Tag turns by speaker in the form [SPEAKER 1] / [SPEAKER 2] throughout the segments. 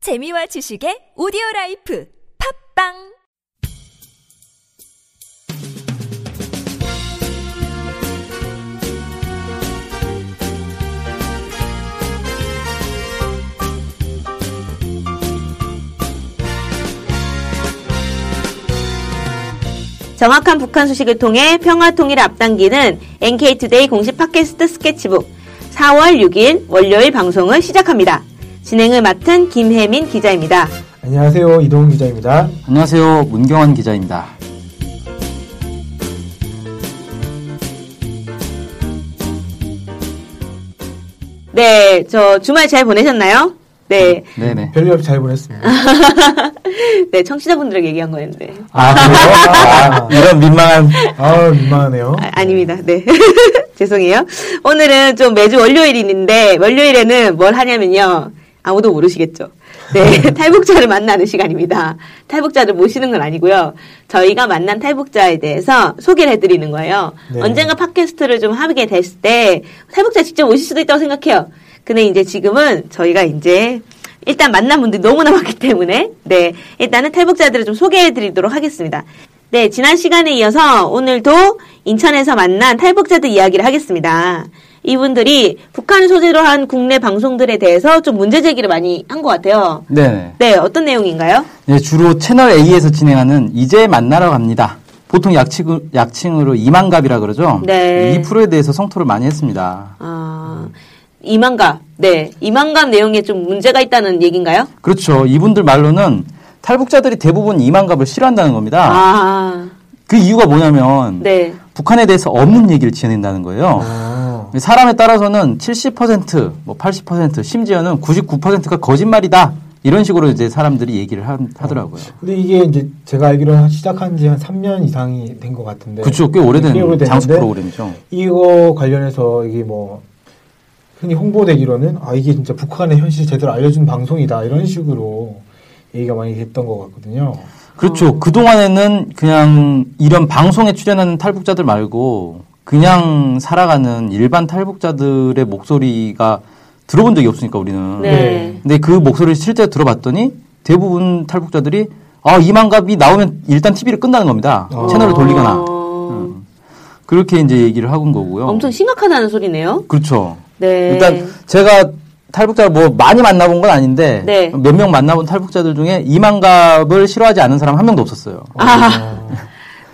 [SPEAKER 1] 재미와 지식의 오디오 라이프 팝빵
[SPEAKER 2] 정확한 북한 소식을 통해 평화 통일을 앞당기는 NK투데이 공식 팟캐스트 스케치북 4월 6일 월요일 방송을 시작합니다. 진행을 맡은 김혜민 기자입니다.
[SPEAKER 3] 안녕하세요. 이동훈 기자입니다.
[SPEAKER 4] 안녕하세요. 문경환 기자입니다.
[SPEAKER 2] 네, 저 주말 잘 보내셨나요? 네,
[SPEAKER 4] 네네.
[SPEAKER 3] 별일 없이 잘 보냈습니다.
[SPEAKER 2] 네, 청취자분들에게 얘기한 거였는데.
[SPEAKER 4] 아,
[SPEAKER 3] 아,
[SPEAKER 4] 이런 민망한.
[SPEAKER 3] 아, 민망하네요.
[SPEAKER 2] 아, 아닙니다. 네. 죄송해요. 오늘은 좀 매주 월요일인데, 월요일에는 뭘 하냐면요. 아무도 모르시겠죠. 네. 탈북자를 만나는 시간입니다. 탈북자를 모시는 건 아니고요. 저희가 만난 탈북자에 대해서 소개를 해드리는 거예요.
[SPEAKER 3] 네.
[SPEAKER 2] 언젠가 팟캐스트를 좀 하게 됐을 때, 탈북자 직접 오실 수도 있다고 생각해요. 근데 이제 지금은 저희가 이제 일단 만난 분들이 너무나 많기 때문에 네 일단은 탈북자들을 좀 소개해드리도록 하겠습니다. 네 지난 시간에 이어서 오늘도 인천에서 만난 탈북자들 이야기를 하겠습니다. 이분들이 북한을 소재로 한 국내 방송들에 대해서 좀 문제 제기를 많이 한 것 같아요.
[SPEAKER 4] 네네.
[SPEAKER 2] 네 어떤 내용인가요?
[SPEAKER 4] 네, 주로 채널 A에서 진행하는 이제 만나러 갑니다. 보통 약칭, 약칭으로 이만갑이라 그러죠?
[SPEAKER 2] 네.
[SPEAKER 4] 이 프로에 대해서 성토를 많이 했습니다.
[SPEAKER 2] 아 이만감 네 이만감 내용에 좀 문제가 있다는 얘기인가요?
[SPEAKER 4] 그렇죠. 이분들 말로는 탈북자들이 대부분 이만갑을 싫어한다는 겁니다.
[SPEAKER 2] 아네 네.
[SPEAKER 4] 그 이유가 뭐냐면 북한에 대해서 없는 얘기를 지어낸다는 거예요.
[SPEAKER 3] 아,
[SPEAKER 4] 사람에 따라서는 70%, 뭐 80%, 심지어는 99%가 거짓말이다. 이런 식으로 이제 사람들이 얘기를 하, 더라고요
[SPEAKER 3] 근데 이게 이제 제가 알기로는 시작한 지 한 3년 이상이 된 것 같은데.
[SPEAKER 4] 그쵸, 꽤 오래된
[SPEAKER 3] 오래됐는데
[SPEAKER 4] 장수 프로그램이죠.
[SPEAKER 3] 이거 관련해서 이게 뭐, 흔히 홍보되기로는, 아, 이게 진짜 북한의 현실 제대로 알려준 방송이다. 이런 식으로 얘기가 많이 됐던 것 같거든요.
[SPEAKER 4] 그렇죠. 그동안에는 그냥 이런 방송에 출연하는 탈북자들 말고 그냥 살아가는 일반 탈북자들의 목소리가 들어본 적이 없으니까 우리는.
[SPEAKER 2] 네.
[SPEAKER 4] 근데 그 목소리를 실제 들어봤더니 대부분 탈북자들이 아, 이만갑이 나오면 일단 TV를 끈다는 겁니다.
[SPEAKER 3] 어.
[SPEAKER 4] 채널을 돌리거나. 음,
[SPEAKER 2] 어,
[SPEAKER 4] 그렇게 이제 얘기를 하고 온 거고요.
[SPEAKER 2] 엄청 심각하다는 소리네요.
[SPEAKER 4] 그렇죠.
[SPEAKER 2] 네.
[SPEAKER 4] 일단 제가 탈북자를 뭐 많이 만나본 건 아닌데
[SPEAKER 2] 네.
[SPEAKER 4] 몇 명 만나본 탈북자들 중에 이만갑을 싫어하지 않은 사람 한 명도 없었어요.
[SPEAKER 3] 아.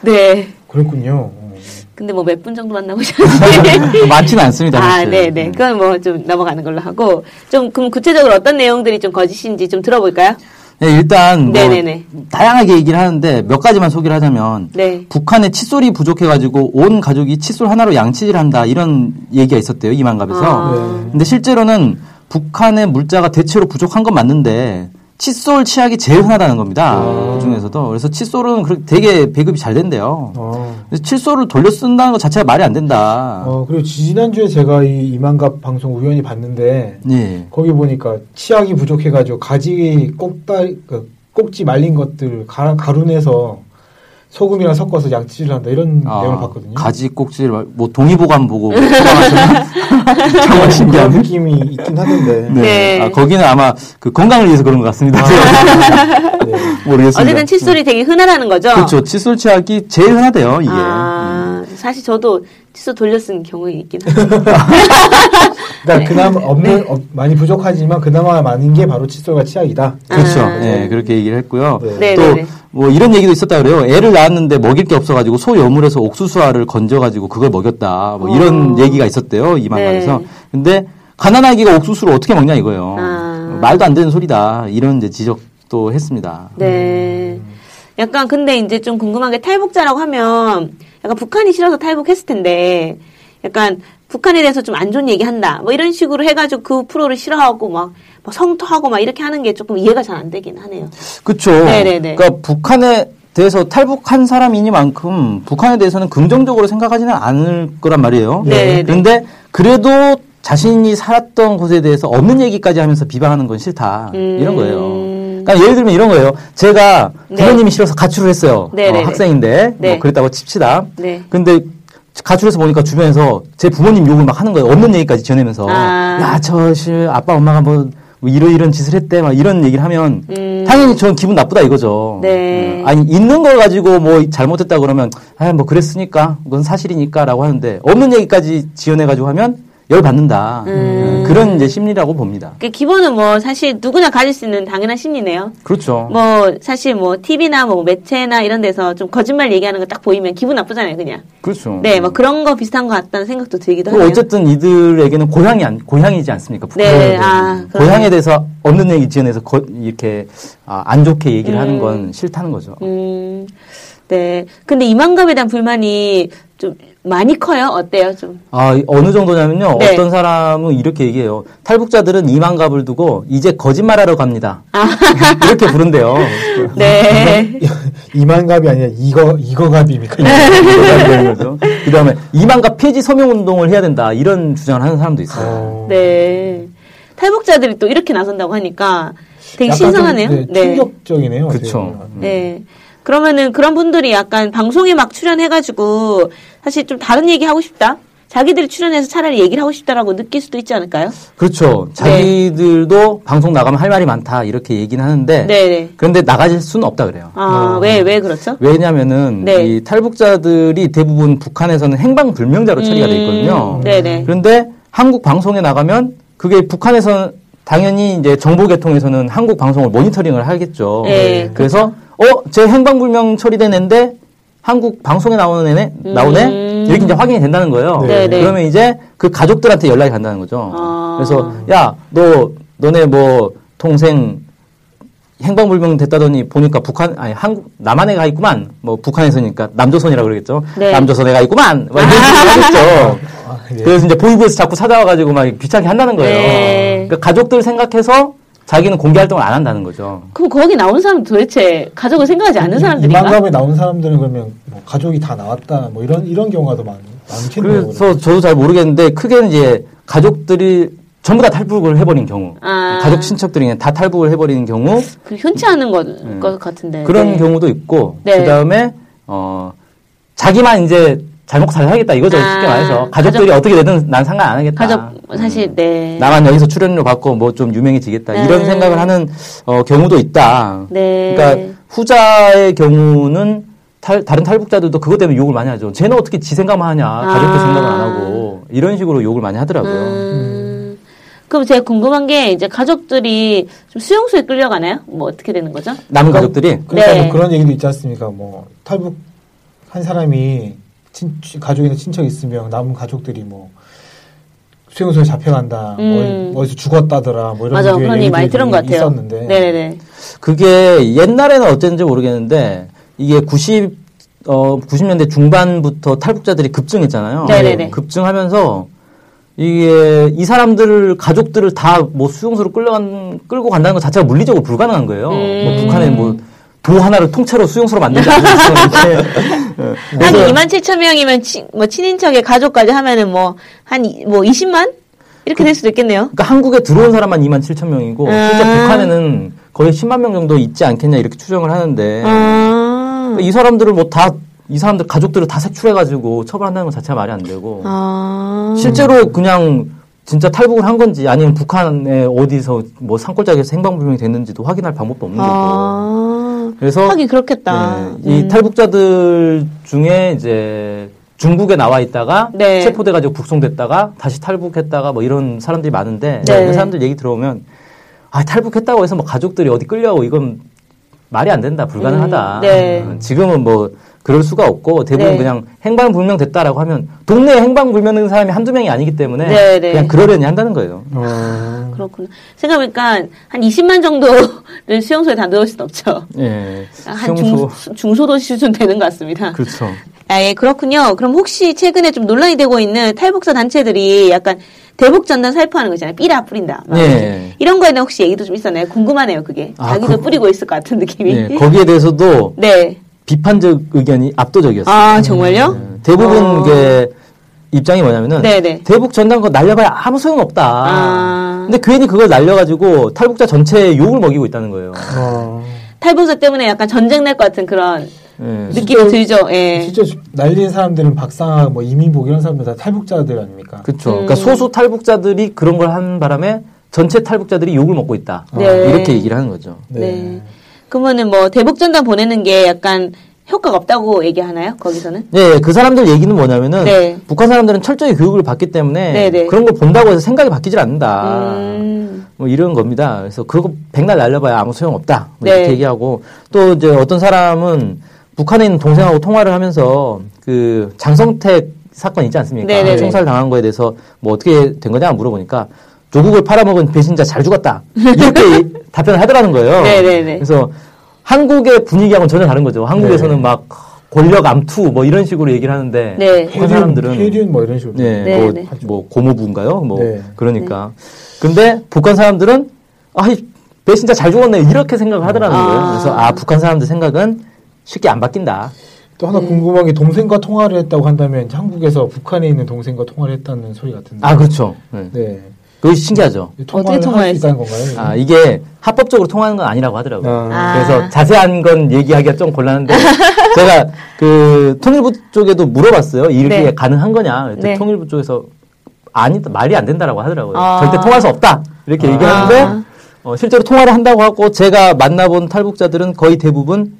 [SPEAKER 2] 네.
[SPEAKER 3] 그렇군요. 어.
[SPEAKER 2] 근데 뭐 몇 분 정도 만나보셨는데.
[SPEAKER 4] 뭐 많지는 않습니다.
[SPEAKER 2] 아,
[SPEAKER 4] 사실.
[SPEAKER 2] 네, 네.
[SPEAKER 4] 음.
[SPEAKER 2] 그건 뭐 좀 넘어가는 걸로 하고 좀 그럼 구체적으로 어떤 내용들이 좀 거짓인지 좀 들어볼까요?
[SPEAKER 4] 네, 일단 뭐
[SPEAKER 2] 네네네.
[SPEAKER 4] 다양하게 얘기를 하는데 몇 가지만 소개를 하자면
[SPEAKER 2] 네.
[SPEAKER 4] 북한의 칫솔이 부족해가지고 온 가족이 칫솔 하나로 양치질한다 이런 얘기가 있었대요 이만갑에서.
[SPEAKER 2] 아.
[SPEAKER 3] 네.
[SPEAKER 4] 근데 실제로는 북한의 물자가 대체로 부족한 건 맞는데 칫솔 취약이 제일 흔하다는 겁니다.
[SPEAKER 2] 아.
[SPEAKER 4] 그 중에서도 그래서 칫솔은 그렇게 되게 배급이 잘 된대요.
[SPEAKER 3] 어.
[SPEAKER 4] 그래서 칫솔을 돌려 쓴다는 것 자체가 말이 안 된다.
[SPEAKER 3] 어, 그리고 지난주에 제가 이 이만갑 방송 우연히 봤는데,
[SPEAKER 4] 예.
[SPEAKER 3] 거기 보니까 치약이 부족해가지고 가지 꼭다리 그 꼭지 말린 것들 가, 가루내서 소금이랑 섞어서 양치질 한다 이런
[SPEAKER 4] 아,
[SPEAKER 3] 음, 내용을 봤거든요.
[SPEAKER 4] 가지 꼭지를 말- 뭐 동의보감 보고 정말
[SPEAKER 3] 그런
[SPEAKER 4] 신기한.
[SPEAKER 3] 느낌이 있긴 하던데.
[SPEAKER 4] 네.
[SPEAKER 2] 네.
[SPEAKER 4] 아, 거기는 아마 그 건강을 위해서 그런 것
[SPEAKER 3] 아.
[SPEAKER 4] 같습니다.
[SPEAKER 3] 네.
[SPEAKER 4] 모르겠습니다. 음.
[SPEAKER 2] 어쨌든 칫솔이 되게 흔하다는 거죠.
[SPEAKER 4] 그렇죠. 칫솔 치약이 제일 흔하대요. 이게. 음.
[SPEAKER 2] 아, 사실 저도 칫솔 돌려 쓴 경우는 있긴 한데.
[SPEAKER 3] 그러니까 그나마 없는 없- 많이 부족하지만 그나마 많은 게 바로 칫솔과 치약이다.
[SPEAKER 4] 그렇죠.
[SPEAKER 2] 아.
[SPEAKER 4] 예, 그렇게 얘기를 했고요.
[SPEAKER 3] 음. 네.
[SPEAKER 2] 네네네.
[SPEAKER 4] 또 뭐 이런 얘기도 있었다 그래요. 애를 낳았는데 먹일 게 없어가지고 소 여물에서 옥수수알을 건져가지고 그걸 먹였다. 뭐 이런
[SPEAKER 2] 어.
[SPEAKER 4] 얘기가 있었대요. 이 만화에서.
[SPEAKER 2] 네.
[SPEAKER 4] 근데 가난아기가 옥수수를 어떻게 먹냐 이거예요.
[SPEAKER 2] 아.
[SPEAKER 4] 말도 안 되는 소리다. 이런 이제 지적도 했습니다. 음.
[SPEAKER 2] 네. 약간 근데 이제 좀 궁금한 게 탈북자라고 하면 약간 북한이 싫어서 탈북했을 텐데 약간 북한에 대해서 좀 안 좋은 얘기 한다. 뭐 이런 식으로 해가지고 그 프로를 싫어하고 막, 막 성토하고 막 이렇게 하는 게 조금 이해가 잘 안 되긴 하네요.
[SPEAKER 4] 그렇죠.
[SPEAKER 2] 네네네.
[SPEAKER 4] 그러니까 북한에 대해서 탈북한 사람이니만큼 북한에 대해서는 긍정적으로 생각하지는 않을 거란 말이에요.
[SPEAKER 2] 네네네.
[SPEAKER 4] 그런데 그래도 자신이 살았던 곳에 대해서 없는 얘기까지 하면서 비방하는 건 싫다
[SPEAKER 2] 음.
[SPEAKER 4] 이런 거예요. 그러니까 예를 들면 이런 거예요. 제가
[SPEAKER 2] 네.
[SPEAKER 4] 부모님이 싫어서 가출을 했어요.
[SPEAKER 2] 네네네.
[SPEAKER 4] 어, 학생인데
[SPEAKER 2] 네.
[SPEAKER 4] 뭐 그랬다고 칩시다.
[SPEAKER 2] 네.
[SPEAKER 4] 근데 가출해서 보니까 어, 주변에서 제 부모님 욕을 막 하는 거예요. 없는 얘기까지 전내면서
[SPEAKER 2] 아.
[SPEAKER 4] 야, 저, 씨, 아빠, 엄마가 뭐, 뭐 이런 이런 짓을 했대 막 이런 얘기를 하면
[SPEAKER 2] 음.
[SPEAKER 4] 당연히 저는 기분 나쁘다 이거죠.
[SPEAKER 2] 네.
[SPEAKER 4] 음. 아니 있는 걸 가지고 뭐 잘못했다 그러면 아 뭐 그랬으니까 그건 사실이니까라고 하는데 없는 얘기까지 지어내 가지고 하면 열 받는다. 음, 그런 이제 심리라고 봅니다.
[SPEAKER 2] 그 기본은 뭐 사실 누구나 가질 수 있는 당연한 심리네요.
[SPEAKER 4] 그렇죠.
[SPEAKER 2] 뭐 사실 뭐 TV나 뭐 매체나 이런 데서 좀 거짓말 얘기하는 거 딱 보이면 기분 나쁘잖아요, 그냥.
[SPEAKER 4] 그렇죠.
[SPEAKER 2] 네, 뭐 그런 거 비슷한 것 같다는 생각도 들기도
[SPEAKER 4] 그리고
[SPEAKER 2] 하네요.
[SPEAKER 4] 뭐 어쨌든 이들에게는 고향이 안, 고향이지 않습니까? 북한에
[SPEAKER 2] 네,
[SPEAKER 4] 대한.
[SPEAKER 2] 아, 그러네요.
[SPEAKER 4] 고향에 대해서 없는 얘기 지어내서 거- 이렇게 아, 안 좋게 얘기를 하는 건 싫다는 거죠.
[SPEAKER 2] 음, 네. 근데 이만감에 대한 불만이 좀 많이 커요. 어때요, 좀?
[SPEAKER 4] 아, 이- 어느 정도냐면요.
[SPEAKER 2] 네.
[SPEAKER 4] 어떤 사람은 이렇게 얘기해요. 탈북자들은 이만갑을 두고 이제 거짓말하러 갑니다.
[SPEAKER 2] 아.
[SPEAKER 4] 이렇게 부른대요.
[SPEAKER 2] 네.
[SPEAKER 3] 이만갑이 아니라 이거 이거갑입니까?
[SPEAKER 4] 네. 그런 거죠. 그다음에 이만갑 폐지 서명 운동을 해야 된다. 이런 주장을 하는 사람도 있어요.
[SPEAKER 3] 어,
[SPEAKER 2] 네. 탈북자들이 또 이렇게 나선다고 하니까 되게
[SPEAKER 3] 약간 좀,
[SPEAKER 2] 신선하네요.
[SPEAKER 3] 네, 충격적이네요. 음.
[SPEAKER 4] 그쵸.
[SPEAKER 3] 어떻게 보면.
[SPEAKER 2] 네. 그러면은 그런 분들이 약간 방송에 막 출연해가지고 사실 좀 다른 얘기 하고 싶다? 자기들이 출연해서 차라리 얘기를 하고 싶다라고 느낄 수도 있지 않을까요?
[SPEAKER 4] 그렇죠. 자기들도 방송 나가면 할 말이 많다. 이렇게 얘기는 하는데
[SPEAKER 2] 네네.
[SPEAKER 4] 그런데 나가질 수는 없다 그래요.
[SPEAKER 3] 어.
[SPEAKER 2] 아, 왜, 왜 그렇죠?
[SPEAKER 4] 왜냐면은
[SPEAKER 2] 네.
[SPEAKER 4] 이 탈북자들이 대부분 북한에서는 행방 불명자로 처리가 돼 있거든요.
[SPEAKER 2] 음, 네네.
[SPEAKER 4] 그런데 한국 방송에 나가면 그게 북한에서 당연히 이제 정보 계통에서는 한국 방송을 모니터링을 하겠죠.
[SPEAKER 2] 네,
[SPEAKER 4] 그래서 어, 제 행방 불명 처리된 애인데 한국 방송에 나오는 애네 나오네
[SPEAKER 2] 음.
[SPEAKER 4] 이렇게 이제 확인이 된다는 거예요.
[SPEAKER 3] 네,
[SPEAKER 2] 네.
[SPEAKER 4] 그러면 이제 그 가족들한테 연락이 간다는 거죠.
[SPEAKER 2] 아.
[SPEAKER 4] 그래서 야 너 너네 뭐 동생 행방불명 됐다더니 보니까 북한 아니 한국 남한에 가 있구만 뭐 북한에서니까 남조선이라 그러겠죠
[SPEAKER 2] 네.
[SPEAKER 4] 남조선에 가 있구만 막 이런 식으로 하겠죠
[SPEAKER 3] 아, 네.
[SPEAKER 4] 그래서 이제 보이브에서 자꾸 찾아와가지고 막 귀찮게 한다는 거예요
[SPEAKER 2] 네.
[SPEAKER 4] 그러니까 가족들 생각해서 자기는 공개 활동을 안 한다는 거죠
[SPEAKER 2] 그럼 거기 나온 사람 도대체 가족을 생각하지 않는 사람들인가?
[SPEAKER 3] 음, 이만감에 나온 사람들은 그러면 뭐 가족이 다 나왔다 뭐 이런 이런 경우가 더 많, 많겠네요.
[SPEAKER 4] 그래서 저도 잘 모르겠는데 크게는 이제 가족들이 전부 다 탈북을 해버린 경우
[SPEAKER 2] 아.
[SPEAKER 4] 가족 친척들이 그냥 다 탈북을 해버리는 경우
[SPEAKER 2] 그 현치 않은 것,
[SPEAKER 3] 음.
[SPEAKER 2] 것 같은데.
[SPEAKER 4] 그런
[SPEAKER 2] 네.
[SPEAKER 4] 경우도 있고
[SPEAKER 2] 네.
[SPEAKER 4] 그 다음에 어 자기만 이제 잘 먹고 잘 살겠다 이거죠
[SPEAKER 2] 아,
[SPEAKER 4] 쉽게 말해서 가족들이 어떻게 되든 난 상관 안 하겠다
[SPEAKER 2] 가족,
[SPEAKER 3] 음.
[SPEAKER 2] 사실, 네.
[SPEAKER 4] 나만 여기서 출연료 받고 뭐 좀 유명해지겠다
[SPEAKER 2] 음.
[SPEAKER 4] 이런 생각을 하는 어, 경우도 있다
[SPEAKER 2] 네.
[SPEAKER 4] 그러니까 후자의 경우는 탈- 다른 탈북자들도 그것 때문에 욕을 많이 하죠 쟤는 어떻게 지 생각만 하냐 가족들 생각을 안 하고 이런 식으로 욕을 많이 하더라고요
[SPEAKER 2] 아. 음. 그럼 제가 궁금한 게 이제 가족들이 좀 수용소에 끌려가나요? 뭐 어떻게 되는 거죠?
[SPEAKER 4] 남은 가족들이
[SPEAKER 3] 그러니까
[SPEAKER 2] 네.
[SPEAKER 3] 뭐 그런 얘기도 있지 않습니까? 뭐 탈북 한 사람이 친, 가족이나 친척 있으면 남은 가족들이 뭐 수용소에 잡혀간다,
[SPEAKER 2] 음.
[SPEAKER 3] 뭐 어디서 죽었다더라, 뭐 이런
[SPEAKER 2] 맞아,
[SPEAKER 3] 류의
[SPEAKER 2] 그런 얘기 많이
[SPEAKER 3] 얘기들이
[SPEAKER 2] 들은 것 같아요.
[SPEAKER 3] 있었는데
[SPEAKER 2] 네네네.
[SPEAKER 4] 그게 옛날에는 어땠는지 모르겠는데 이게 90, 어, 90년대 중반부터 탈북자들이 급증했잖아요.
[SPEAKER 2] 네네네.
[SPEAKER 4] 급증하면서 이게 이 사람들을 가족들을 다 뭐 수용소로 끌려간 끌고 간다는 것 자체가 물리적으로 불가능한 거예요.
[SPEAKER 2] 음.
[SPEAKER 4] 뭐 북한에 뭐 도 하나를 통째로 수용소로 만든다 그랬었는데
[SPEAKER 2] 한 2만 7천 명이면 친, 뭐 친인척의 가족까지 하면은 뭐한뭐 20만 이렇게 될 수도 있겠네요.
[SPEAKER 4] 그러니까 한국에 들어온 사람만 2만 7천 명이고
[SPEAKER 2] 아.
[SPEAKER 4] 실제 북한에는 거의 10만 명 정도 있지 않겠냐 이렇게 추정을
[SPEAKER 3] 네.
[SPEAKER 4] 하는데
[SPEAKER 2] 음. 아.
[SPEAKER 4] 그러니까 이 사람들을 뭐 다, 이 사람들 가족들을 다 색출해가지고 처벌한다는 것 자체가 말이 안 되고.
[SPEAKER 2] 아.
[SPEAKER 4] 실제로 그냥 진짜 탈북을 한 건지 아니면 북한에 어디서 뭐 산골짜기에서 행방불명이 됐는지도 확인할 방법도 없는 거고.
[SPEAKER 2] 아.
[SPEAKER 4] 그래서
[SPEAKER 2] 하긴 그렇겠다.
[SPEAKER 4] 네, 이
[SPEAKER 2] 음.
[SPEAKER 4] 탈북자들 중에 이제 중국에 나와 있다가
[SPEAKER 2] 네.
[SPEAKER 4] 체포돼가지고 북송됐다가 다시 탈북했다가 뭐 이런 사람들이 많은데
[SPEAKER 2] 네.
[SPEAKER 4] 그 사람들 얘기 들어보면 아 탈북했다고 해서 뭐 가족들이 어디 끌려고 이건 말이 안 된다 불가능하다
[SPEAKER 2] 음, 네.
[SPEAKER 4] 음, 지금은 뭐 그럴 수가 없고 대부분
[SPEAKER 2] 네.
[SPEAKER 4] 그냥 행방불명 됐다라고 하면 동네에 행방불명인 사람이 한두 명이 아니기 때문에
[SPEAKER 2] 네, 네.
[SPEAKER 4] 그냥 그러려니 한다는 거예요
[SPEAKER 3] 어,
[SPEAKER 2] 그렇구나. 생각해보니까 한 20만 정도를 수용소에 다 넣을 순 없죠.
[SPEAKER 4] 예
[SPEAKER 2] 아, 한
[SPEAKER 4] 수용소.
[SPEAKER 2] 중, 중소도시 수준 되는 것 같습니다.
[SPEAKER 4] 그렇죠
[SPEAKER 2] 아, 예, 그렇군요. 그럼 혹시 최근에 좀 논란이 되고 있는 탈북자 단체들이 약간 대북 전단 살포하는 거잖아요. 삐라 뿌린다. 막
[SPEAKER 4] 예.
[SPEAKER 2] 이렇게. 이런 거에 대한 혹시 얘기도 좀 있었나요? 궁금하네요, 그게.
[SPEAKER 4] 아,
[SPEAKER 2] 자기도
[SPEAKER 4] 그-
[SPEAKER 2] 뿌리고 있을 것 같은 느낌이.
[SPEAKER 4] 예, 거기에 대해서도
[SPEAKER 2] 네.
[SPEAKER 4] 비판적 의견이 압도적이었어요.
[SPEAKER 2] 아, 정말요?
[SPEAKER 4] 대부분
[SPEAKER 2] 어.
[SPEAKER 4] 이게 입장이 뭐냐면은
[SPEAKER 2] 네네.
[SPEAKER 4] 대북 전단 거 날려봐야 아무 소용 없다.
[SPEAKER 2] 아.
[SPEAKER 4] 근데 괜히 그걸 날려가지고 탈북자 전체에 욕을 먹이고 있다는 거예요.
[SPEAKER 3] 어,
[SPEAKER 2] 탈북자 때문에 약간 전쟁 날 것 같은 그런
[SPEAKER 4] 예.
[SPEAKER 2] 느낌이 들죠. 예.
[SPEAKER 3] 실제 날린 사람들은 박상학,
[SPEAKER 4] 그
[SPEAKER 2] 음.
[SPEAKER 3] 뭐 이민복 이런 사람들 다 탈북자들 아닙니까?
[SPEAKER 4] 그렇죠. 그러니까 소수 탈북자들이 그런 걸 한 바람에 전체 탈북자들이 욕을 먹고 있다.
[SPEAKER 2] 네.
[SPEAKER 4] 이렇게 얘기를 하는 거죠.
[SPEAKER 2] 네. 그러면은 뭐 대북전단 보내는 게 약간 효과가 없다고 얘기하나요? 거기서는?
[SPEAKER 4] 네, 그 사람들 얘기는 뭐냐면은
[SPEAKER 2] 네.
[SPEAKER 4] 북한 사람들은 철저히 교육을 받기 때문에
[SPEAKER 2] 네, 네.
[SPEAKER 4] 그런 거 본다고 해서 생각이 바뀌질 않는다.
[SPEAKER 2] 음.
[SPEAKER 4] 뭐 이런 겁니다. 그래서 그거 백날 날려봐야 아무 소용 없다. 뭐
[SPEAKER 2] 네.
[SPEAKER 4] 이렇게 얘기하고 또 이제 어떤 사람은 북한에 있는 동생하고 통화를 하면서 그 장성택 사건 있지 않습니까?
[SPEAKER 2] 네네네.
[SPEAKER 4] 총살 당한 거에 대해서 뭐 어떻게 된 거냐 물어보니까 조국을 팔아먹은 배신자 잘 죽었다. 이렇게 답변을 하더라는 거예요.
[SPEAKER 2] 네네네.
[SPEAKER 4] 그래서 한국의 분위기하고는 전혀 다른 거죠. 한국에서는
[SPEAKER 3] 네.
[SPEAKER 4] 막 권력 암투 뭐 이런 식으로 얘기를 하는데
[SPEAKER 2] 네.
[SPEAKER 4] 그 사람들은
[SPEAKER 3] 폐륜 뭐 이런 식으로.
[SPEAKER 4] 네,
[SPEAKER 2] 네,
[SPEAKER 4] 뭐,
[SPEAKER 2] 네.
[SPEAKER 4] 뭐 고모부인가요? 뭐
[SPEAKER 3] 네.
[SPEAKER 4] 그러니까. 근데 북한 사람들은 아이 배 진짜 잘 죽었네 이렇게 생각을 하더라는
[SPEAKER 2] 아.
[SPEAKER 4] 거예요. 그래서 아 북한 사람들 생각은 쉽게 안 바뀐다.
[SPEAKER 3] 또
[SPEAKER 2] 네.
[SPEAKER 3] 하나 궁금한 게 동생과 통화를 했다고 한다면 이제 한국에서 북한에 있는 동생과 통화를 했다는 소리 같은데.
[SPEAKER 4] 아 그렇죠. 네.
[SPEAKER 3] 네.
[SPEAKER 4] 그게 신기하죠.
[SPEAKER 3] 통화를 할 수
[SPEAKER 2] 통화했어?
[SPEAKER 3] 있다는 건가요?
[SPEAKER 4] 아 이게 합법적으로 통하는 건 아니라고 하더라고요.
[SPEAKER 3] 네. 아,
[SPEAKER 2] 아.
[SPEAKER 4] 그래서 자세한 건 얘기하기가 좀 곤란한데 제가 그 통일부 쪽에도 물어봤어요. 이게
[SPEAKER 2] 네.
[SPEAKER 4] 가능한 거냐? 그랬더니
[SPEAKER 2] 네.
[SPEAKER 4] 통일부 쪽에서 아니 말이 안 된다라고 하더라고요.
[SPEAKER 2] 아.
[SPEAKER 4] 절대 통할 수 없다 이렇게
[SPEAKER 3] 아.
[SPEAKER 4] 얘기하는데 어, 실제로 통화를 한다고 하고 제가 만나본 탈북자들은 거의 대부분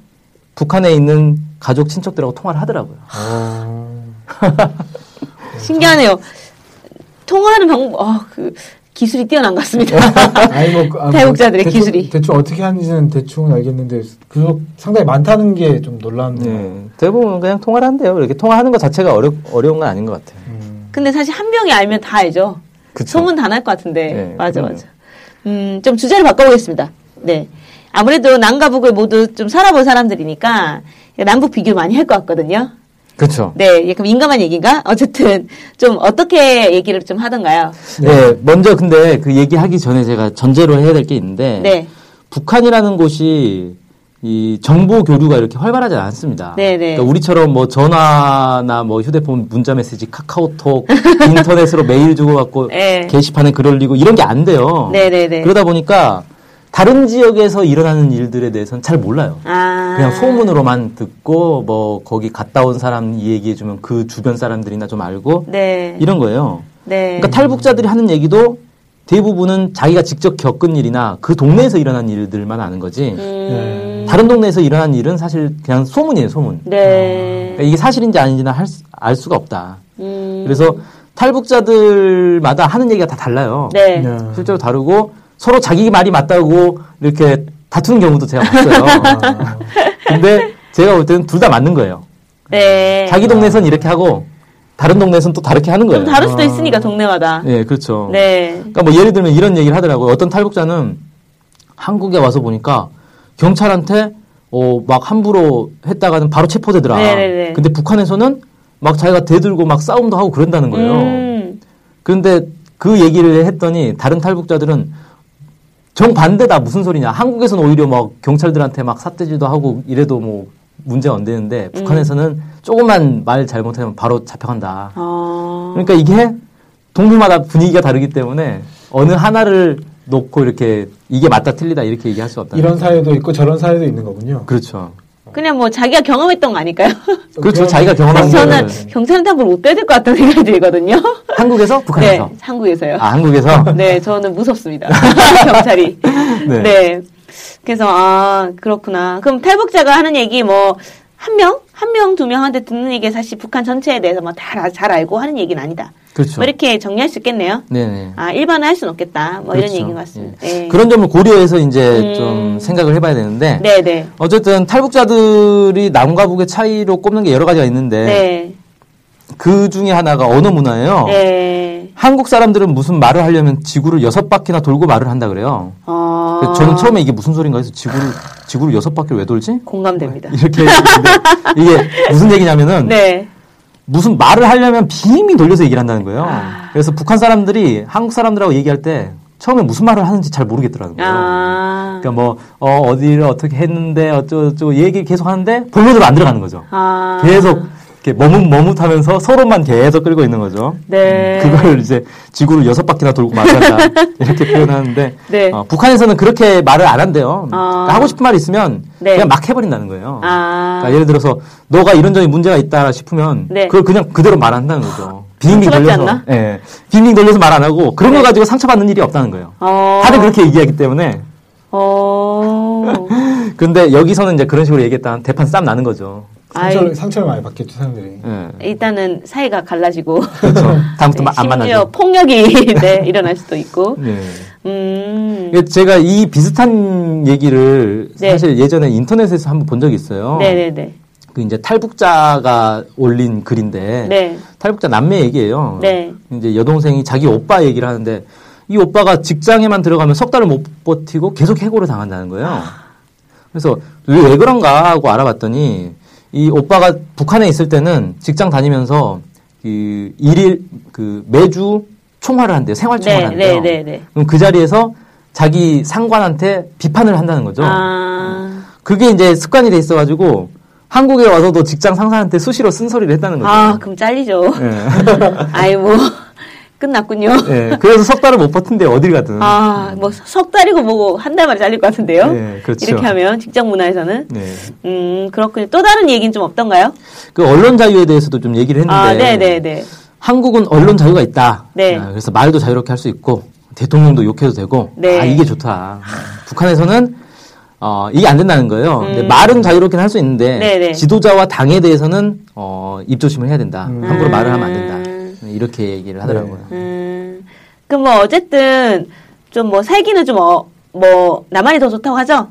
[SPEAKER 4] 북한에 있는 가족 친척들하고 통화를 하더라고요.
[SPEAKER 3] 아.
[SPEAKER 2] 신기하네요. 통화하는 방법, 아, 그, 기술이 뛰어난 것 같습니다.
[SPEAKER 3] 아니, 뭐, 그- 아, 뭐
[SPEAKER 2] 탈북자들의
[SPEAKER 3] 대충-
[SPEAKER 2] 기술이.
[SPEAKER 3] 대충 어떻게 하는지는 대충 알겠는데, 그 상당히 많다는 게 좀 놀랍네요.
[SPEAKER 4] 네. 대부분 그냥 통화를 한대요. 이렇게 통화하는 것 자체가 어려, 어려운 건 아닌 것 같아요.
[SPEAKER 3] 음.
[SPEAKER 2] 근데 사실 한 명이 알면 다 알죠.
[SPEAKER 4] 그쵸.
[SPEAKER 2] 소문 다 날 것 같은데.
[SPEAKER 4] 네,
[SPEAKER 2] 맞아,
[SPEAKER 4] 그럼요.
[SPEAKER 2] 맞아. 음, 좀 주제를 바꿔보겠습니다. 네. 아무래도 남과 북을 모두 좀 살아본 사람들이니까 남북 비교를 많이 할 것 같거든요.
[SPEAKER 4] 그렇죠.
[SPEAKER 2] 네, 약간 민감한 얘기인가? 어쨌든 좀 어떻게 얘기를 좀 하던가요?
[SPEAKER 4] 네. 먼저 근데 그 얘기하기 전에 제가 전제로 해야 될 게 있는데
[SPEAKER 2] 네,
[SPEAKER 4] 북한이라는 곳이 이 정보 교류가 이렇게 활발하지 않습니다.
[SPEAKER 2] 네네.
[SPEAKER 4] 그러니까 우리처럼 뭐 전화나 뭐 휴대폰 문자 메시지, 카카오톡, 인터넷으로 메일 주고받고
[SPEAKER 2] 네.
[SPEAKER 4] 게시판에 글 올리고 이런 게 안 돼요.
[SPEAKER 2] 네네네.
[SPEAKER 4] 그러다 보니까 다른 지역에서 일어나는 일들에 대해서는 잘 몰라요.
[SPEAKER 2] 아.
[SPEAKER 4] 그냥 소문으로만 듣고 뭐 거기 갔다 온 사람 얘기해주면 그 주변 사람들이나 좀 알고
[SPEAKER 2] 네.
[SPEAKER 4] 이런 거예요.
[SPEAKER 2] 네.
[SPEAKER 4] 그러니까 탈북자들이 하는 얘기도 대부분은 자기가 직접 겪은 일이나 그 동네에서 일어난 일들만 아는 거지
[SPEAKER 2] 음.
[SPEAKER 4] 다른 동네에서 일어난 일은 사실 그냥 소문이에요 소문
[SPEAKER 2] 네.
[SPEAKER 4] 그러니까 이게 사실인지 아닌지는 할 수- 알 수가 없다
[SPEAKER 2] 음.
[SPEAKER 4] 그래서 탈북자들마다 하는 얘기가 다 달라요
[SPEAKER 2] 네.
[SPEAKER 3] 네.
[SPEAKER 4] 실제로 다르고 서로 자기 말이 맞다고 이렇게 다투는 경우도 제가 봤어요
[SPEAKER 3] 아.
[SPEAKER 4] 근데 제가 볼 때는 둘 다 맞는 거예요
[SPEAKER 2] 네.
[SPEAKER 4] 자기 동네에선 이렇게 하고 다른 동네에선 또 다르게 하는
[SPEAKER 2] 좀
[SPEAKER 4] 거예요 아.
[SPEAKER 2] 다를 수도 있으니까 동네마다.
[SPEAKER 4] 네 그렇죠
[SPEAKER 2] 네.
[SPEAKER 4] 그러니까 뭐 예를 들면 이런 얘기를 하더라고요. 어떤 탈북자는 한국에 와서 보니까 경찰한테 어, 막 함부로 했다가는 바로 체포되더라.
[SPEAKER 2] 네네네.
[SPEAKER 4] 근데 북한에서는 막 자기가 대들고 막 싸움도 하고 그런다는 거예요.
[SPEAKER 2] 음.
[SPEAKER 4] 그런데 그 얘기를 했더니 다른 탈북자들은 정반대다 무슨 소리냐. 한국에서는 오히려 막 경찰들한테 막 삿대질도 하고 이래도 뭐 문제 안 되는데 북한에서는
[SPEAKER 2] 음.
[SPEAKER 4] 조금만 말 잘못하면 바로 잡혀간다.
[SPEAKER 2] 어.
[SPEAKER 4] 그러니까 이게 동물마다 분위기가 다르기 때문에 어느 하나를 놓고 이렇게 이게 맞다 틀리다 이렇게 얘기할 수 없다.
[SPEAKER 3] 이런 사례도 있고 저런 사례도 있는 거군요.
[SPEAKER 4] 그렇죠.
[SPEAKER 2] 그냥 뭐 자기가 경험했던 거 아닐까요?
[SPEAKER 4] 그렇죠.
[SPEAKER 3] 그럼-
[SPEAKER 4] 자기가 경험한
[SPEAKER 2] 그래서 저는
[SPEAKER 4] 거를
[SPEAKER 2] 경찰한테 한번 못 빼야 될 것 같다는 생각이 들거든요.
[SPEAKER 4] 한국에서 북한에서
[SPEAKER 2] 네. 한국에서요.
[SPEAKER 4] 아 한국에서
[SPEAKER 2] 네, 저는 무섭습니다. 경찰이.
[SPEAKER 4] 네.
[SPEAKER 2] 네. 그래서, 아, 그렇구나. 그럼 탈북자가 하는 얘기 뭐, 한 명? 한 명, 두 명한테 듣는 얘기 사실 북한 전체에 대해서 뭐다잘 알고 하는 얘기는 아니다.
[SPEAKER 4] 그렇죠.
[SPEAKER 2] 뭐 이렇게 정리할 수 있겠네요.
[SPEAKER 4] 네네.
[SPEAKER 2] 아, 일반화 할 수는 없겠다. 뭐
[SPEAKER 4] 그렇죠.
[SPEAKER 2] 이런 얘기인 것 같습니다.
[SPEAKER 4] 예.
[SPEAKER 2] 네.
[SPEAKER 4] 그런 점을 고려해서 이제
[SPEAKER 2] 음.
[SPEAKER 4] 좀 생각을 해봐야 되는데
[SPEAKER 2] 네, 네.
[SPEAKER 4] 어쨌든 탈북자들이 남과 북의 차이로 꼽는 게 여러 가지가 있는데
[SPEAKER 2] 네.
[SPEAKER 4] 그 중에 하나가 언어 문화예요.
[SPEAKER 2] 네.
[SPEAKER 4] 한국 사람들은 무슨 말을 하려면 지구를 여섯 바퀴나 돌고 말을 한다 그래요.
[SPEAKER 2] 어.
[SPEAKER 4] 그래서 저는 처음에 이게 무슨 소린가 해서 지구를 지구를 여섯 바퀴를 왜 돌지?
[SPEAKER 2] 공감됩니다.
[SPEAKER 4] 이렇게 했는데 이게 무슨 얘기냐면은
[SPEAKER 2] 네.
[SPEAKER 4] 무슨 말을 하려면 빙빙 돌려서 얘기를 한다는 거예요.
[SPEAKER 2] 아.
[SPEAKER 4] 그래서 북한 사람들이 한국 사람들하고 얘기할 때 처음에 무슨 말을 하는지 잘 모르겠더라는 거예요.
[SPEAKER 2] 아.
[SPEAKER 4] 어. 그러니까 뭐 어, 어디를 어떻게 했는데 어쩌고저쩌고 얘기 계속 하는데 본론으로 안 들어가는 거죠.
[SPEAKER 2] 아.
[SPEAKER 4] 계속 이렇게 머뭇머뭇하면서 서로만 계속 끌고 있는 거죠.
[SPEAKER 2] 네.
[SPEAKER 4] 그걸 이제 지구를 여섯 바퀴나 돌고 말한다 이렇게 표현하는데
[SPEAKER 2] 네.
[SPEAKER 4] 어, 북한에서는 그렇게 말을 안 한대요.
[SPEAKER 2] 아.
[SPEAKER 4] 그러니까 하고 싶은 말이 있으면
[SPEAKER 2] 네.
[SPEAKER 4] 그냥 막 해버린다는 거예요.
[SPEAKER 2] 아.
[SPEAKER 4] 그러니까 예를 들어서 너가 이런 점이 문제가 있다 싶으면
[SPEAKER 2] 네.
[SPEAKER 4] 그걸 그냥 그대로 말한다는 거죠. 비닝빙
[SPEAKER 2] 상처받지
[SPEAKER 4] 돌려서
[SPEAKER 2] 않나? 네.
[SPEAKER 4] 예, 비닝빙 돌려서 말 안 하고 그런 거 가지고 상처받는 일이 없다는 거예요.
[SPEAKER 2] 어.
[SPEAKER 4] 다들 그렇게 얘기하기 때문에
[SPEAKER 2] 어.
[SPEAKER 4] 근데 여기서는 이제 그런 식으로 얘기했다 대판 싸움 나는 거죠.
[SPEAKER 2] 아이,
[SPEAKER 3] 상처를, 상처를 많이 받겠죠, 사람들이.
[SPEAKER 4] 예.
[SPEAKER 2] 일단은 사이가 갈라지고
[SPEAKER 4] 그렇죠. 다음부터
[SPEAKER 2] 네,
[SPEAKER 4] 안
[SPEAKER 2] 심지어
[SPEAKER 4] 만나죠.
[SPEAKER 2] 폭력이 네, 일어날 수도 있고.
[SPEAKER 4] 예.
[SPEAKER 2] 음.
[SPEAKER 4] 이게 예, 제가 이 비슷한 얘기를
[SPEAKER 2] 네.
[SPEAKER 4] 사실 예전에 인터넷에서 한번 본 적이 있어요.
[SPEAKER 2] 네네네.
[SPEAKER 4] 그 이제 탈북자가 올린 글인데
[SPEAKER 2] 네.
[SPEAKER 4] 탈북자 남매 얘기예요.
[SPEAKER 2] 네.
[SPEAKER 4] 이제 여동생이 자기 오빠 얘기를 하는데 이 오빠가 직장에만 들어가면 석 달을 못 버티고 계속 해고를 당한다는 거예요. 그래서 왜, 왜 그런가 하고 알아봤더니 이 오빠가 북한에 있을 때는 직장 다니면서 그 일일 그 매주 총화를 한대요. 생활 총화를
[SPEAKER 2] 네,
[SPEAKER 4] 한대요.
[SPEAKER 2] 네, 네, 네.
[SPEAKER 4] 그럼 그 자리에서 자기 상관한테 비판을 한다는 거죠.
[SPEAKER 2] 아.
[SPEAKER 4] 그게 이제 습관이 돼 있어가지고 한국에 와서도 직장 상사한테 수시로 쓴소리를 했다는 거죠.
[SPEAKER 2] 아, 그럼 잘리죠.
[SPEAKER 4] 예.
[SPEAKER 2] 아이 뭐 끝났군요.
[SPEAKER 4] 예, 그래서 석 달을 못 버틴대 어딜 가든.
[SPEAKER 2] 아, 뭐 석 달이고 뭐고 한 달 만에 잘릴 것 같은데요.
[SPEAKER 4] 네, 그렇죠.
[SPEAKER 2] 이렇게 하면 직장 문화에서는
[SPEAKER 4] 네.
[SPEAKER 2] 음 그렇군요. 또 다른 얘기는 좀 없던가요?
[SPEAKER 4] 그 언론 자유에 대해서도 좀 얘기를 했는데
[SPEAKER 2] 아, 네, 네, 네.
[SPEAKER 4] 한국은 언론 자유가 있다.
[SPEAKER 2] 네.
[SPEAKER 4] 아, 그래서 말도 자유롭게 할 수 있고 대통령도 욕해도 되고
[SPEAKER 2] 네.
[SPEAKER 4] 아 이게 좋다. 북한에서는 어, 이게 안 된다는 거예요. 근데 말은 자유롭게 할 수 있는데
[SPEAKER 2] 음. 네, 네.
[SPEAKER 4] 지도자와 당에 대해서는 어, 입조심을 해야 된다. 함부로
[SPEAKER 2] 음.
[SPEAKER 4] 말을 하면 안 된다. 이렇게 얘기를 하더라고요.
[SPEAKER 2] 음. 그럼 뭐 어쨌든 좀 뭐 살기는 좀 뭐 나만이 더 좋다고 하죠.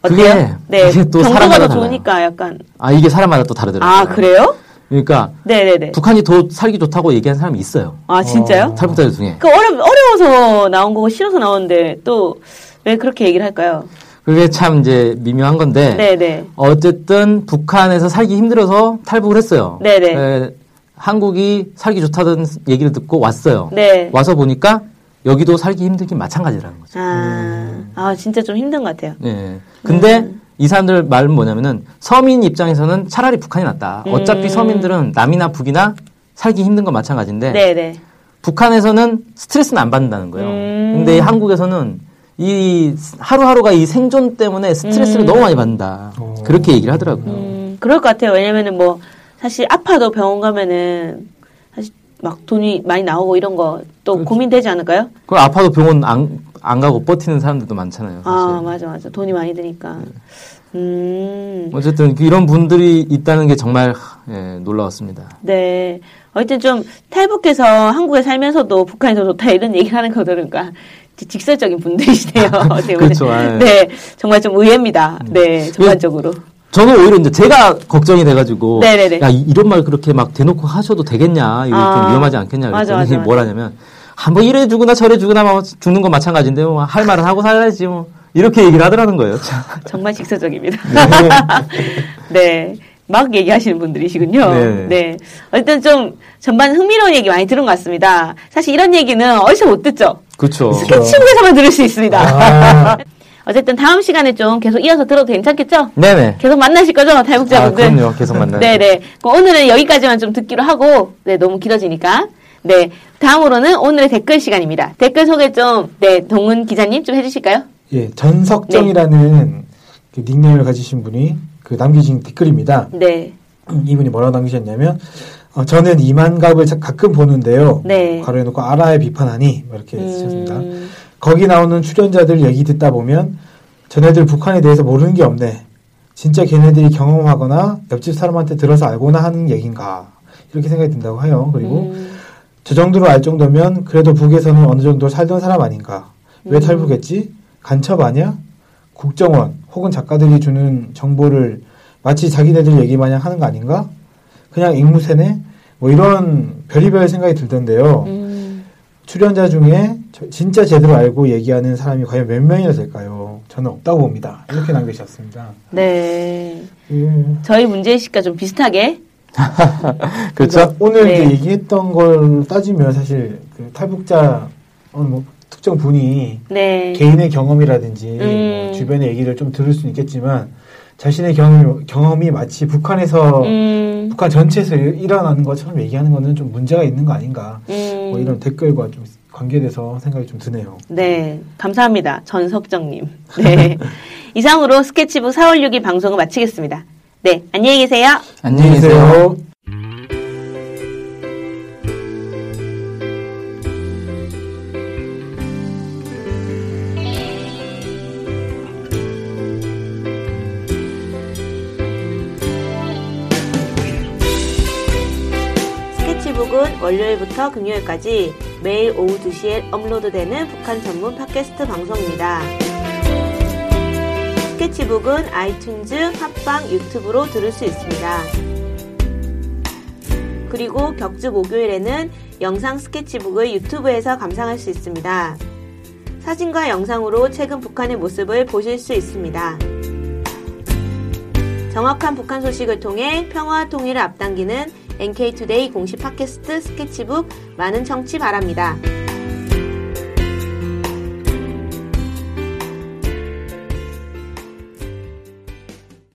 [SPEAKER 2] 어때요?
[SPEAKER 4] 그게-
[SPEAKER 2] 네.
[SPEAKER 4] 그게 또
[SPEAKER 2] 경도가
[SPEAKER 4] 사람마다
[SPEAKER 2] 더
[SPEAKER 4] 달라요.
[SPEAKER 2] 좋으니까 약간
[SPEAKER 4] 아 이게 사람마다 또 다르더라고요.
[SPEAKER 2] 아 그래요?
[SPEAKER 4] 그러니까
[SPEAKER 2] 네, 네, 네.
[SPEAKER 4] 북한이 더 살기 좋다고 얘기하는 사람이 있어요.
[SPEAKER 2] 아 진짜요?
[SPEAKER 3] 어.
[SPEAKER 4] 탈북자들 중에.
[SPEAKER 2] 그 어려 어려워서 나온 거고 싫어서 나오는데 또 왜 그렇게 얘기를 할까요?
[SPEAKER 4] 그게 참 이제 미묘한 건데
[SPEAKER 2] 네, 네.
[SPEAKER 4] 어쨌든 북한에서 살기 힘들어서 탈북을 했어요.
[SPEAKER 2] 네네.
[SPEAKER 4] 에, 한국이 살기 좋다던 얘기를 듣고 왔어요.
[SPEAKER 2] 네.
[SPEAKER 4] 와서 보니까 여기도 살기 힘들긴 마찬가지라는 거죠.
[SPEAKER 2] 아,
[SPEAKER 4] 음.
[SPEAKER 2] 아 진짜 좀 힘든 것 같아요.
[SPEAKER 4] 예. 근데
[SPEAKER 2] 음.
[SPEAKER 4] 이 사람들 말은 뭐냐면은 서민 입장에서는 차라리 북한이 낫다. 어차피
[SPEAKER 2] 음.
[SPEAKER 4] 서민들은 남이나 북이나 살기 힘든 건 마찬가지인데
[SPEAKER 2] 네, 네.
[SPEAKER 4] 북한에서는 스트레스는 안 받는다는 거예요.
[SPEAKER 2] 음.
[SPEAKER 4] 근데 이 한국에서는 이 하루하루가 이 생존 때문에 스트레스를 너무 많이 받는다.
[SPEAKER 3] 어.
[SPEAKER 4] 그렇게 얘기를 하더라고요.
[SPEAKER 2] 음, 그럴 것 같아요. 왜냐면은 뭐 사실 아파도 병원 가면은 사실 막 돈이 많이 나오고 이런 거 또
[SPEAKER 4] 그렇죠.
[SPEAKER 2] 고민되지 않을까요?
[SPEAKER 4] 그 아파도 병원 안, 안 가고 버티는 사람들도 많잖아요. 네. 사실.
[SPEAKER 2] 아, 맞아, 맞아. 돈이 많이 드니까. 음,
[SPEAKER 4] 어쨌든 이런 분들이 있다는 게 정말 예, 놀라웠습니다.
[SPEAKER 2] 네. 어쨌든 좀 탈북해서 한국에 살면서도 북한이 더 좋다 이런 얘기를 하는 거 들으니까 이제 직설적인 분들이시네요. 어떻게 보면.
[SPEAKER 4] 그렇죠. 아, 음. 예.
[SPEAKER 2] 네. 정말 좀 의외입니다. 네. 전반적으로.
[SPEAKER 4] 저는 오히려 이제 제가 걱정이 돼가지고
[SPEAKER 2] 네네네.
[SPEAKER 4] 야 이- 이런 말 그렇게 막 대놓고 하셔도 되겠냐 이거
[SPEAKER 2] 아.
[SPEAKER 4] 좀 위험하지 않겠냐
[SPEAKER 2] 맞아,
[SPEAKER 4] 그랬더니
[SPEAKER 2] 맞아,
[SPEAKER 4] 뭘 하냐면 한번 이래 주거나 저래 주거나 막 죽는 건 마찬가지인데 뭐 할 말은 하고 살아야지 뭐 이렇게 얘기를 하더라는 거예요. 참.
[SPEAKER 2] 정말 직설적입니다. 네. 막 얘기하시는 분들이시군요.
[SPEAKER 4] 네.
[SPEAKER 2] 네. 어쨌든 좀 전반 흥미로운 얘기 많이 들은 것 같습니다. 사실 이런 얘기는 어디서 못 듣죠?
[SPEAKER 4] 그렇죠.
[SPEAKER 2] 스케치북에서만 들을 수 있습니다.
[SPEAKER 3] 아,
[SPEAKER 2] 어쨌든 다음 시간에 좀 계속 이어서 들어도 괜찮겠죠?
[SPEAKER 4] 네네.
[SPEAKER 2] 계속 만나실 거죠? 탈북자분들.
[SPEAKER 4] 아, 그럼요. 계속 만나요.
[SPEAKER 2] 네네. 그럼 오늘은 여기까지만 좀 듣기로 하고, 네, 너무 길어지니까. 네. 다음으로는 오늘의 댓글 시간입니다. 댓글 소개 좀, 네, 동훈 기자님 좀 해주실까요?
[SPEAKER 3] 예,
[SPEAKER 2] 네.
[SPEAKER 3] 전석정이라는 그 닉네임을 가지신 분이 그 남기신 댓글입니다.
[SPEAKER 2] 네.
[SPEAKER 3] 이분이 뭐라고 남기셨냐면 어, 저는 이만갑을 자- 가끔 보는데요.
[SPEAKER 2] 네.
[SPEAKER 3] 괄호해놓고 아라에 비판하니 뭐
[SPEAKER 4] 네,
[SPEAKER 3] 이렇게
[SPEAKER 2] 음.
[SPEAKER 3] 쓰셨습니다. 거기 나오는 출연자들 얘기 듣다 보면 전애들 북한에 대해서 모르는 게 없네. 진짜 걔네들이 경험하거나 옆집 사람한테 들어서 알고나 하는 얘긴가 이렇게 생각이 든다고 해요.
[SPEAKER 2] 네.
[SPEAKER 3] 그리고 저 정도로 알 정도면 그래도 북에서는 어느 정도 살던 사람 아닌가? 왜 탈북했지? 간첩 아니야? 국정원 혹은 작가들이 주는 정보를 마치 자기네들 얘기 마냥 하는 거 아닌가? 그냥 앵무새네? 뭐 이런 별의별 생각이 들던데요.
[SPEAKER 2] 음.
[SPEAKER 3] 출연자 중에 저- 진짜 제대로 알고 얘기하는 사람이 과연 몇 명이나 될까요? 저는 없다고 봅니다. 이렇게 남기셨습니다.
[SPEAKER 2] 네.
[SPEAKER 3] 음.
[SPEAKER 2] 저희 문제의식과 좀 비슷하게.
[SPEAKER 4] 그렇죠.
[SPEAKER 3] 그러니까 오늘
[SPEAKER 2] 네.
[SPEAKER 3] 이제 얘기했던 걸 따지면 사실 그 탈북자 어, 뭐 특정 분이
[SPEAKER 2] 네.
[SPEAKER 3] 개인의 경험이라든지
[SPEAKER 2] 음.
[SPEAKER 3] 뭐 주변의 얘기를 좀 들을 수는 있겠지만 자신의 경험이, 경험이 마치 북한에서
[SPEAKER 2] 음.
[SPEAKER 3] 북한 전체에서 일- 일어나는 것처럼 얘기하는 거는 좀 문제가 있는 거 아닌가
[SPEAKER 2] 음.
[SPEAKER 3] 뭐 이런 댓글과 좀 관계돼서 생각이 좀 드네요.
[SPEAKER 2] 네. 감사합니다. 전석정님. 네. 이상으로 스케치북 4월 6일 방송을 마치겠습니다. 네. 안녕히 계세요.
[SPEAKER 4] 안녕히 계세요.
[SPEAKER 2] 혹은 월요일부터 금요일까지 매일 오후 2시에 업로드되는 북한 전문 팟캐스트 방송입니다. 스케치북은 아이튠즈, 팟빵, 유튜브로 들을 수 있습니다. 그리고 격주 목요일에는 영상 스케치북을 유튜브에서 감상할 수 있습니다. 사진과 영상으로 최근 북한의 모습을 보실 수 있습니다. 정확한 북한 소식을 통해 평화와 통일을 앞당기는 NK투데이 공식 팟캐스트 스케치북 많은 청취 바랍니다.